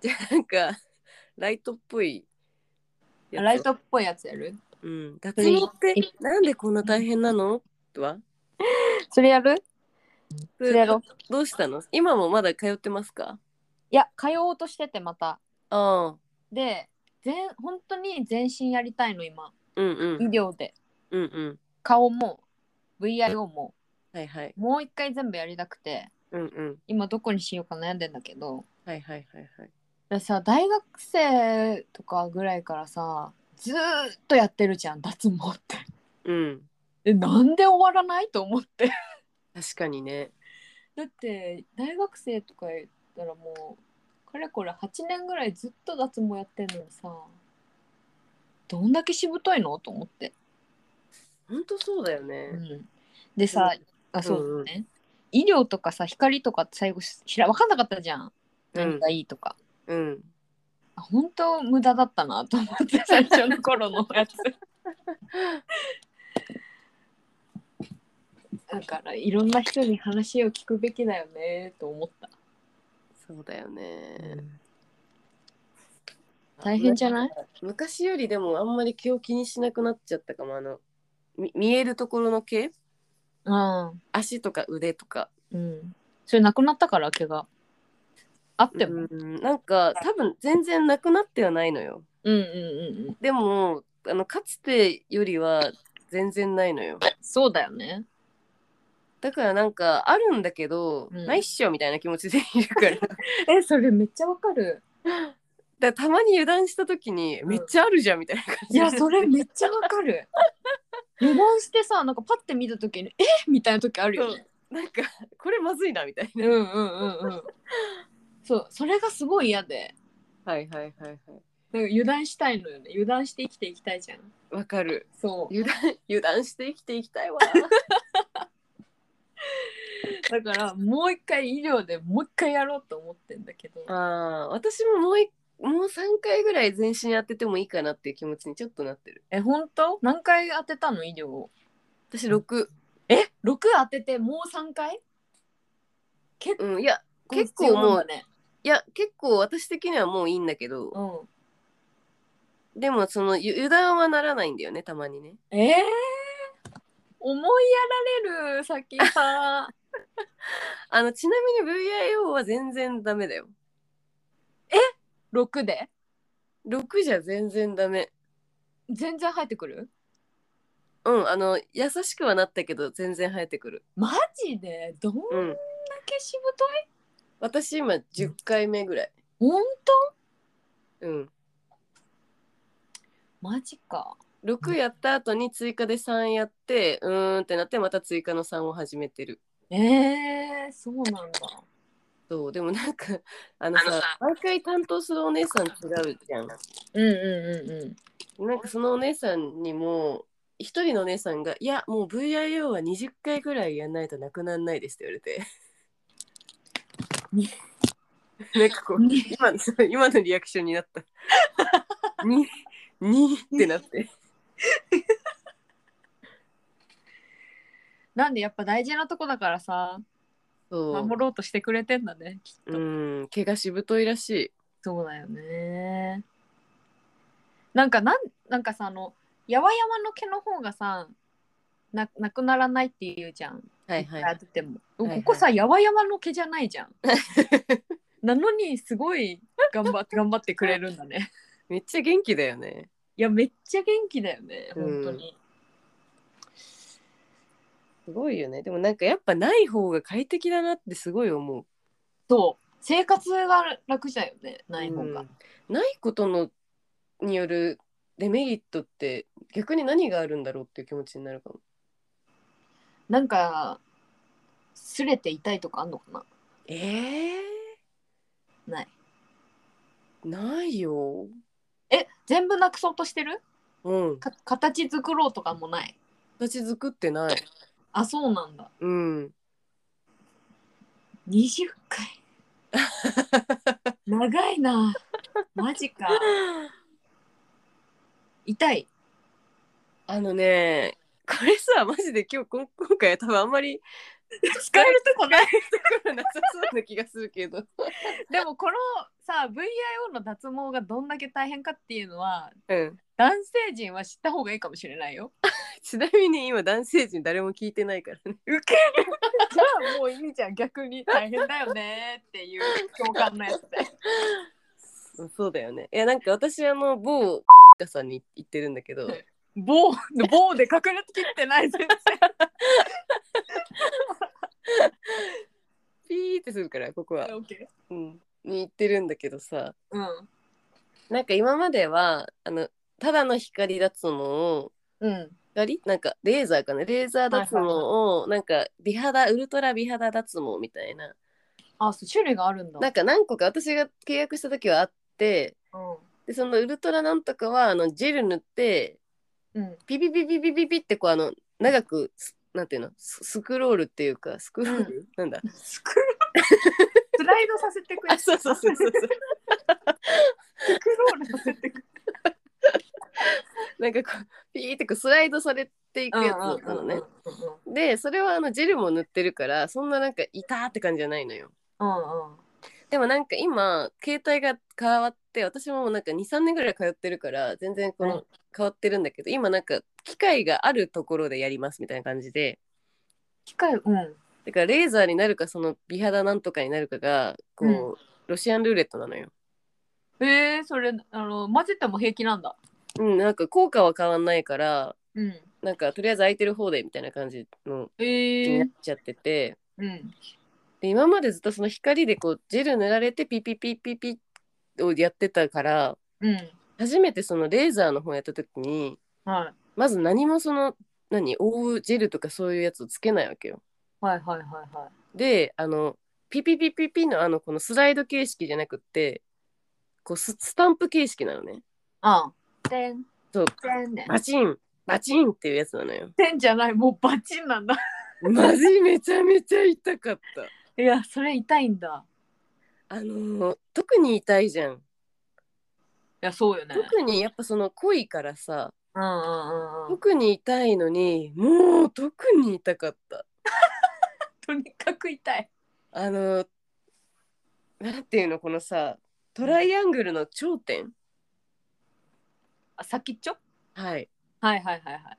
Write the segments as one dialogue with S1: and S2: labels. S1: じゃあなんかライトっぽいやつ
S2: ライトっぽいやつやる
S1: うん、脱毛ってなんでこんな大変なのとは
S2: それやるそれやろう
S1: どうしたの今もまだ通ってますか
S2: いや通おうとしててまた
S1: ああ
S2: で全本当に全身やりたいの今
S1: うんう
S2: 医
S1: ん
S2: 療で
S1: うんうん
S2: 顔も VIO も
S1: はいはい
S2: もう一回全部やりたくて
S1: うんうん
S2: 今どこにしようか悩んでんだけど
S1: はいはいはいはい
S2: でさ大学生とかぐらいからさずーっとやってるじゃん脱毛って
S1: うん
S2: えなんで終わらないと思って
S1: 確かにね
S2: だって大学生とか言ったらもうかれこれ8年ぐらいずっと脱毛やってんのにさどんだけしぶといのと思って、
S1: ほんとそうだよね、
S2: うん、でさ、あそうだね、医療とかさ光とかって最後しら分かんなかったじゃん
S1: うん
S2: 何がいいとか、
S1: うん
S2: あ本当無駄だったなと思 って最初の頃の やつだからいろんな人に話を聞くべきだよねと思った
S1: そうだよね、
S2: 大変じゃない
S1: 昔よりでもあんまり毛を気にしなくなっちゃったかもあのみ見えるところの毛
S2: うん
S1: 足とか腕とか
S2: うん。それなくなったから毛が。あっても。
S1: うんなんか多分全然なくなってはないのよ
S2: うんうんうんうん。
S1: でもあのかつてよりは全然ないのよ
S2: そうだよね。
S1: だからなんかあるんだけど、
S2: うん
S1: ないっしょみたいな気持ちでいるから だか
S2: え、それめっちゃわかる。
S1: らたまに油断した時に、
S2: ん
S1: めっちゃあるじゃんみたいな感
S2: い
S1: じ
S2: や、それめっちゃわかる。油断してさ、なんかパッて見た時に、えみたいな時あるよね。
S1: なんかこれまずいなみたい
S2: うんうんうんうん。そう、それがすごい嫌で。
S1: なはいはいはいはい
S2: なんか油断したいのよね。油断して生きていきたいじゃん。
S1: わかる
S2: そう。
S1: 油断油断して生きていきたいわ
S2: だから、もう一回医療でもう一回やろうと思ってんだけど。
S1: あー私ももういもう3回ぐらい全身やっててもいいかなっていう気持ちにちょっとなってる
S2: え、本当何回当てたの医療を。
S1: 私6
S2: 6当ててもう3回結構
S1: うんいや結
S2: 結
S1: 構
S2: 構
S1: も
S2: も
S1: う
S2: うね。
S1: いや結構私的にはもういいんだけど、
S2: うん、
S1: でもそのゆ油断はならないんだよねたまにね
S2: えー、思いやられる先 は
S1: あのちなみに VIO は全然ダメだよ
S2: 6で
S1: 6じゃ全然ダメ
S2: 全然入ってくる
S1: うんあの優しくはなったけど全然生えてくる
S2: マジでどんだ
S1: うん
S2: けしぶとい
S1: 私今10回目ぐらい
S2: ほんと
S1: うん
S2: マジか。
S1: 6やった後に追加で3やってうーんってなってまた追加の3を始めてる
S2: えー、そうなんだ。
S1: そうでもなんかあのさ毎回担当するお姉さん違うじゃん
S2: うんうんうんうん。
S1: なんかそのお姉さんにも一人のお姉さんが「いやもう VIO は20回ぐらいやんないとなくならないです」って言われて なんかこう
S2: に
S1: 今のそう今のリアクションになった 「に」にってなって
S2: なんでやっぱ大事なとこだからさ、
S1: そ
S2: 守ろうとしてくれてんだね、きっ
S1: う
S2: と。
S1: うん毛がしぶといらしい
S2: そうだよね。なんかなんなんかさあのやわやわの毛の方がさななくならないっていうじゃん。
S1: はいはい
S2: やってても、
S1: はいはい
S2: ここさやわやわの毛じゃないじゃん。なのにすごい頑張って 頑張ってくれるんだね。
S1: めっちゃ元気だよね
S2: いやめっちゃ元気だよね
S1: うん
S2: 本当に。
S1: すごいよねでもなんかやっぱない方が快適だなってすごい思う
S2: そう生活が楽だよねない方が。
S1: うんないことのによるデメリットって逆に何があるんだろうっていう気持ちになるかも
S2: なんか擦れて痛いとかあんのかな
S1: ええ
S2: ない。
S1: ないよ
S2: え全部なくそうとしてる
S1: うん
S2: か形作ろうとかもない
S1: 形作ってない
S2: あそうなんだ
S1: うん
S2: 20回 長いなマジか 痛い
S1: あのねこれさマジで今日こん今回は多分あんまり
S2: 使えるとこない
S1: ところなさそうな気がするけど
S2: でもこのさ VIO の脱毛がどんだけ大変かっていうのは
S1: うん。
S2: 男性陣は知った方がいいかもしれないよ。
S1: ちなみに今男性陣誰も聞いてないからね。
S2: ウケるじゃあもういいじゃん逆 に大変だよねっていう共感のやつで。
S1: うんそうだよね。いやなんか私あの某 さんに行ってるんだけど、
S2: 棒棒で隠れきってない全然。
S1: ピーってするからここは。
S2: オッケ
S1: うん。に行ってるんだけどさ、
S2: ー。うん。
S1: なんか今まではあのただの光脱毛を
S2: うん。
S1: 光なんかレーザーかなレーザー脱毛
S2: はいはい
S1: をなんか美肌ウルトラ美肌脱毛みたいな
S2: あ、そう種類があるんだ。
S1: なんか何個か私が契約した時はあってでそのウルトラなんとかはあのジェル塗って
S2: うん。うん。
S1: ピピピピピピピってこうあの長くすなんていうのススクロールっていうかスクロール、なんだ
S2: スクロール。スライドさせてくれ。
S1: あそうそうそうそうそう
S2: スクロールさせてくれ。
S1: なんかこうピーってこうスライドされていくやつだったのね、でそれはあのジェルも塗ってるからそんななんか痛ーって感じじゃないのよ
S2: うんうん。
S1: でもなんか今携帯が変わって私ももうなんか23年ぐらい通ってるから全然こ
S2: は
S1: の変わってるんだけど今なんか機械があるところでやりますみたいな感じで
S2: 機械、うん。
S1: だからレーザーになるかその美肌なんとかになるかがこう、
S2: う
S1: ロシアンルーレットなのよ。
S2: えー、それ、あの、混ぜても平気なんだ。
S1: うん、なんか効果は変わんないから
S2: うん。
S1: なんかとりあえず空いてる方でみたいな感じの
S2: え
S1: にな
S2: ー
S1: っ、ちゃってて、
S2: うん。
S1: で今までずっとその光でこうジェル塗られてピピピピピをやってたから
S2: うん。
S1: 初めてそのレーザーの方やった時に
S2: はい。
S1: まず何もその何覆うジェルとかそういうやつをつけないわけよ。
S2: はいはいはいはい。
S1: であのピピピピピのあのこのスライド形式じゃなくってこうススタンプ形式なのね。
S2: あん。てん。
S1: そう
S2: てんね。
S1: バチンバチンっていうやつなのよ。
S2: てんじゃない、もうバチンなんだ。
S1: マジめちゃめちゃ痛かった。
S2: いや、それ痛いんだ。
S1: あのー特に痛いじゃん。
S2: いや、そうよね。
S1: 特にやっぱその濃いからさ
S2: うんうんうんうん。
S1: 特に痛いのにもう特に痛かった。
S2: とにかく痛い。
S1: あのーなんていうのこのさトライアングルの頂点
S2: あ、先っちょ
S1: はい
S2: はいはいはいはい。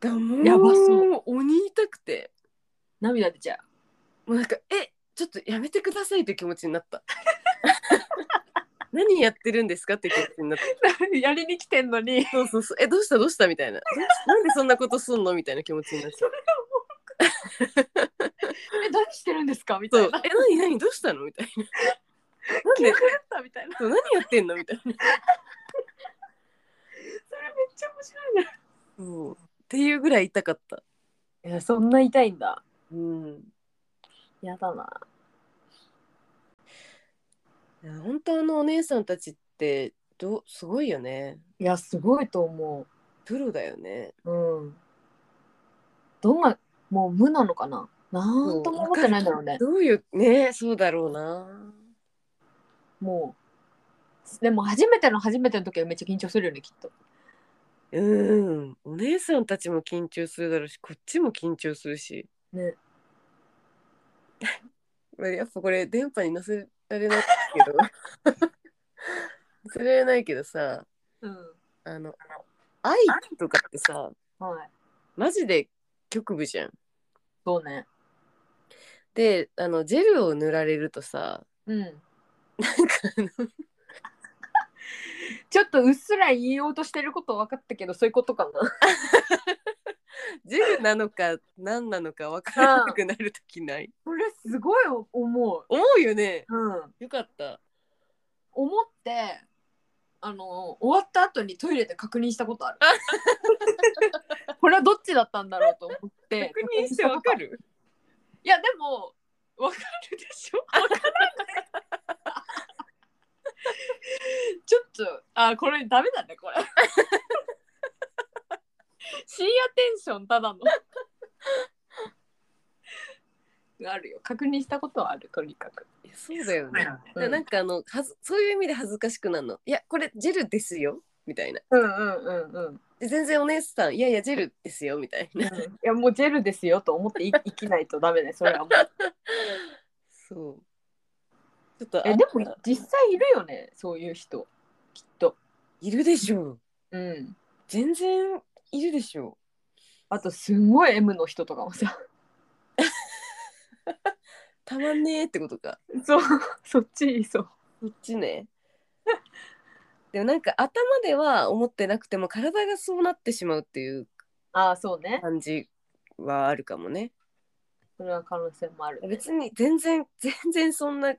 S1: がもう
S2: やばそう
S1: 鬼痛くて
S2: 涙出ちゃう。
S1: もうなんかえちょっとやめてくださいという気持ちになった 何やってるんですかっていう気持ちになった
S2: やりに来てんの に。
S1: そうそうそうえどうしたどうしたみたいなどうしなんでそんなことすんのみたいな気持ちになっちゃ う
S2: え、何してるんですかみた
S1: そ
S2: いうな。
S1: え何何どうしたのみたいななん
S2: 気が
S1: で
S2: 狂ったみたいな。
S1: そう何やってんのみたいな
S2: それめっちゃ面白いね。
S1: そうっていうぐらい痛かった
S2: いや、そんな痛いんだ。
S1: うん
S2: やだな。
S1: いや本当あのお姉さんたちってどうすごいよね
S2: いや、すごいと思
S1: プロだよね
S2: う。うん。どんな、もう無なのかな。なんとも思ってないんだろうね。
S1: どういうねそうだろうな
S2: もう。でも、初めての初めての時はめっちゃ緊張するよね、きっと。
S1: うん、お姉さんたちも緊張するだろうし、こっちも緊張するし。
S2: ね。
S1: まあ やっぱこれ電波に乗せられないけど。 乗せられないけどさ、
S2: うん。
S1: あの、愛とかってさ、
S2: はい。
S1: マジで局部じゃん。
S2: そうね。
S1: で、あの、ジェルを塗られるとさ、
S2: うん。
S1: なんかあの、
S2: ちょっとうっすら言いようとしてること分かったけど、そういうことかな。
S1: ジェルなのか何なのか分からなくなるときない。
S2: それすごい思う。
S1: 思うよね。
S2: うん。
S1: よかった。
S2: 思ってあの終わった後にトイレで確認した ことあるこれはどっちだったんだろうと思って
S1: 確認してわかる
S2: いやでもわかるで しょわからないちょっとあこれダメだね これ深夜テンションただのあるよ確認したことはあるとにかく、
S1: いやそうだよね。
S2: うん、
S1: なんかあのはずそういう意味で恥ずかしくなるの「いやこれジェルですよ」みたいな
S2: うんうんうんうん
S1: で全然お姉さん「いやいやジェルですよ」みたいな
S2: うんいやもうジェル ですよと思ってい生きないとダメねそれはもう
S1: そうちょっと
S2: えでも
S1: あ
S2: 実際いるよねそういう人きっと
S1: いるでしょう
S2: うん
S1: 全然いるでしょ
S2: あとすんごい M の人とかもさ
S1: うたまんねーってことか
S2: そうそっちいいそう
S1: こっち ねでもなんか頭では思ってなくても体がそうなってしまうっていう
S2: ああそうね
S1: 感じはあるかもね
S2: それは可能性もある
S1: 別に全然 全然そんな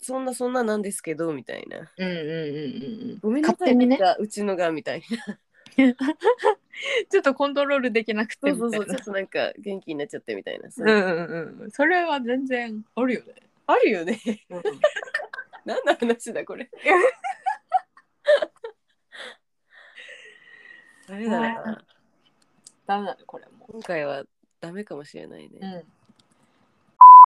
S1: そんなそんななんですけどみたいな
S2: うんうんうんうん
S1: ごめんなさい、
S2: 勝手にね
S1: なんかうちのがみ たいな
S2: ちょっとコントロールできなくて
S1: そうそう
S2: みた
S1: そちょ
S2: いうな
S1: っとなんか元気になっちゃってみたいなさ、
S2: うんうんうんそれは全然あるよね、
S1: あるよね 何の話だこれ ダメだな
S2: ダメだねこれも
S1: 今回はダメかもしれないね、
S2: うん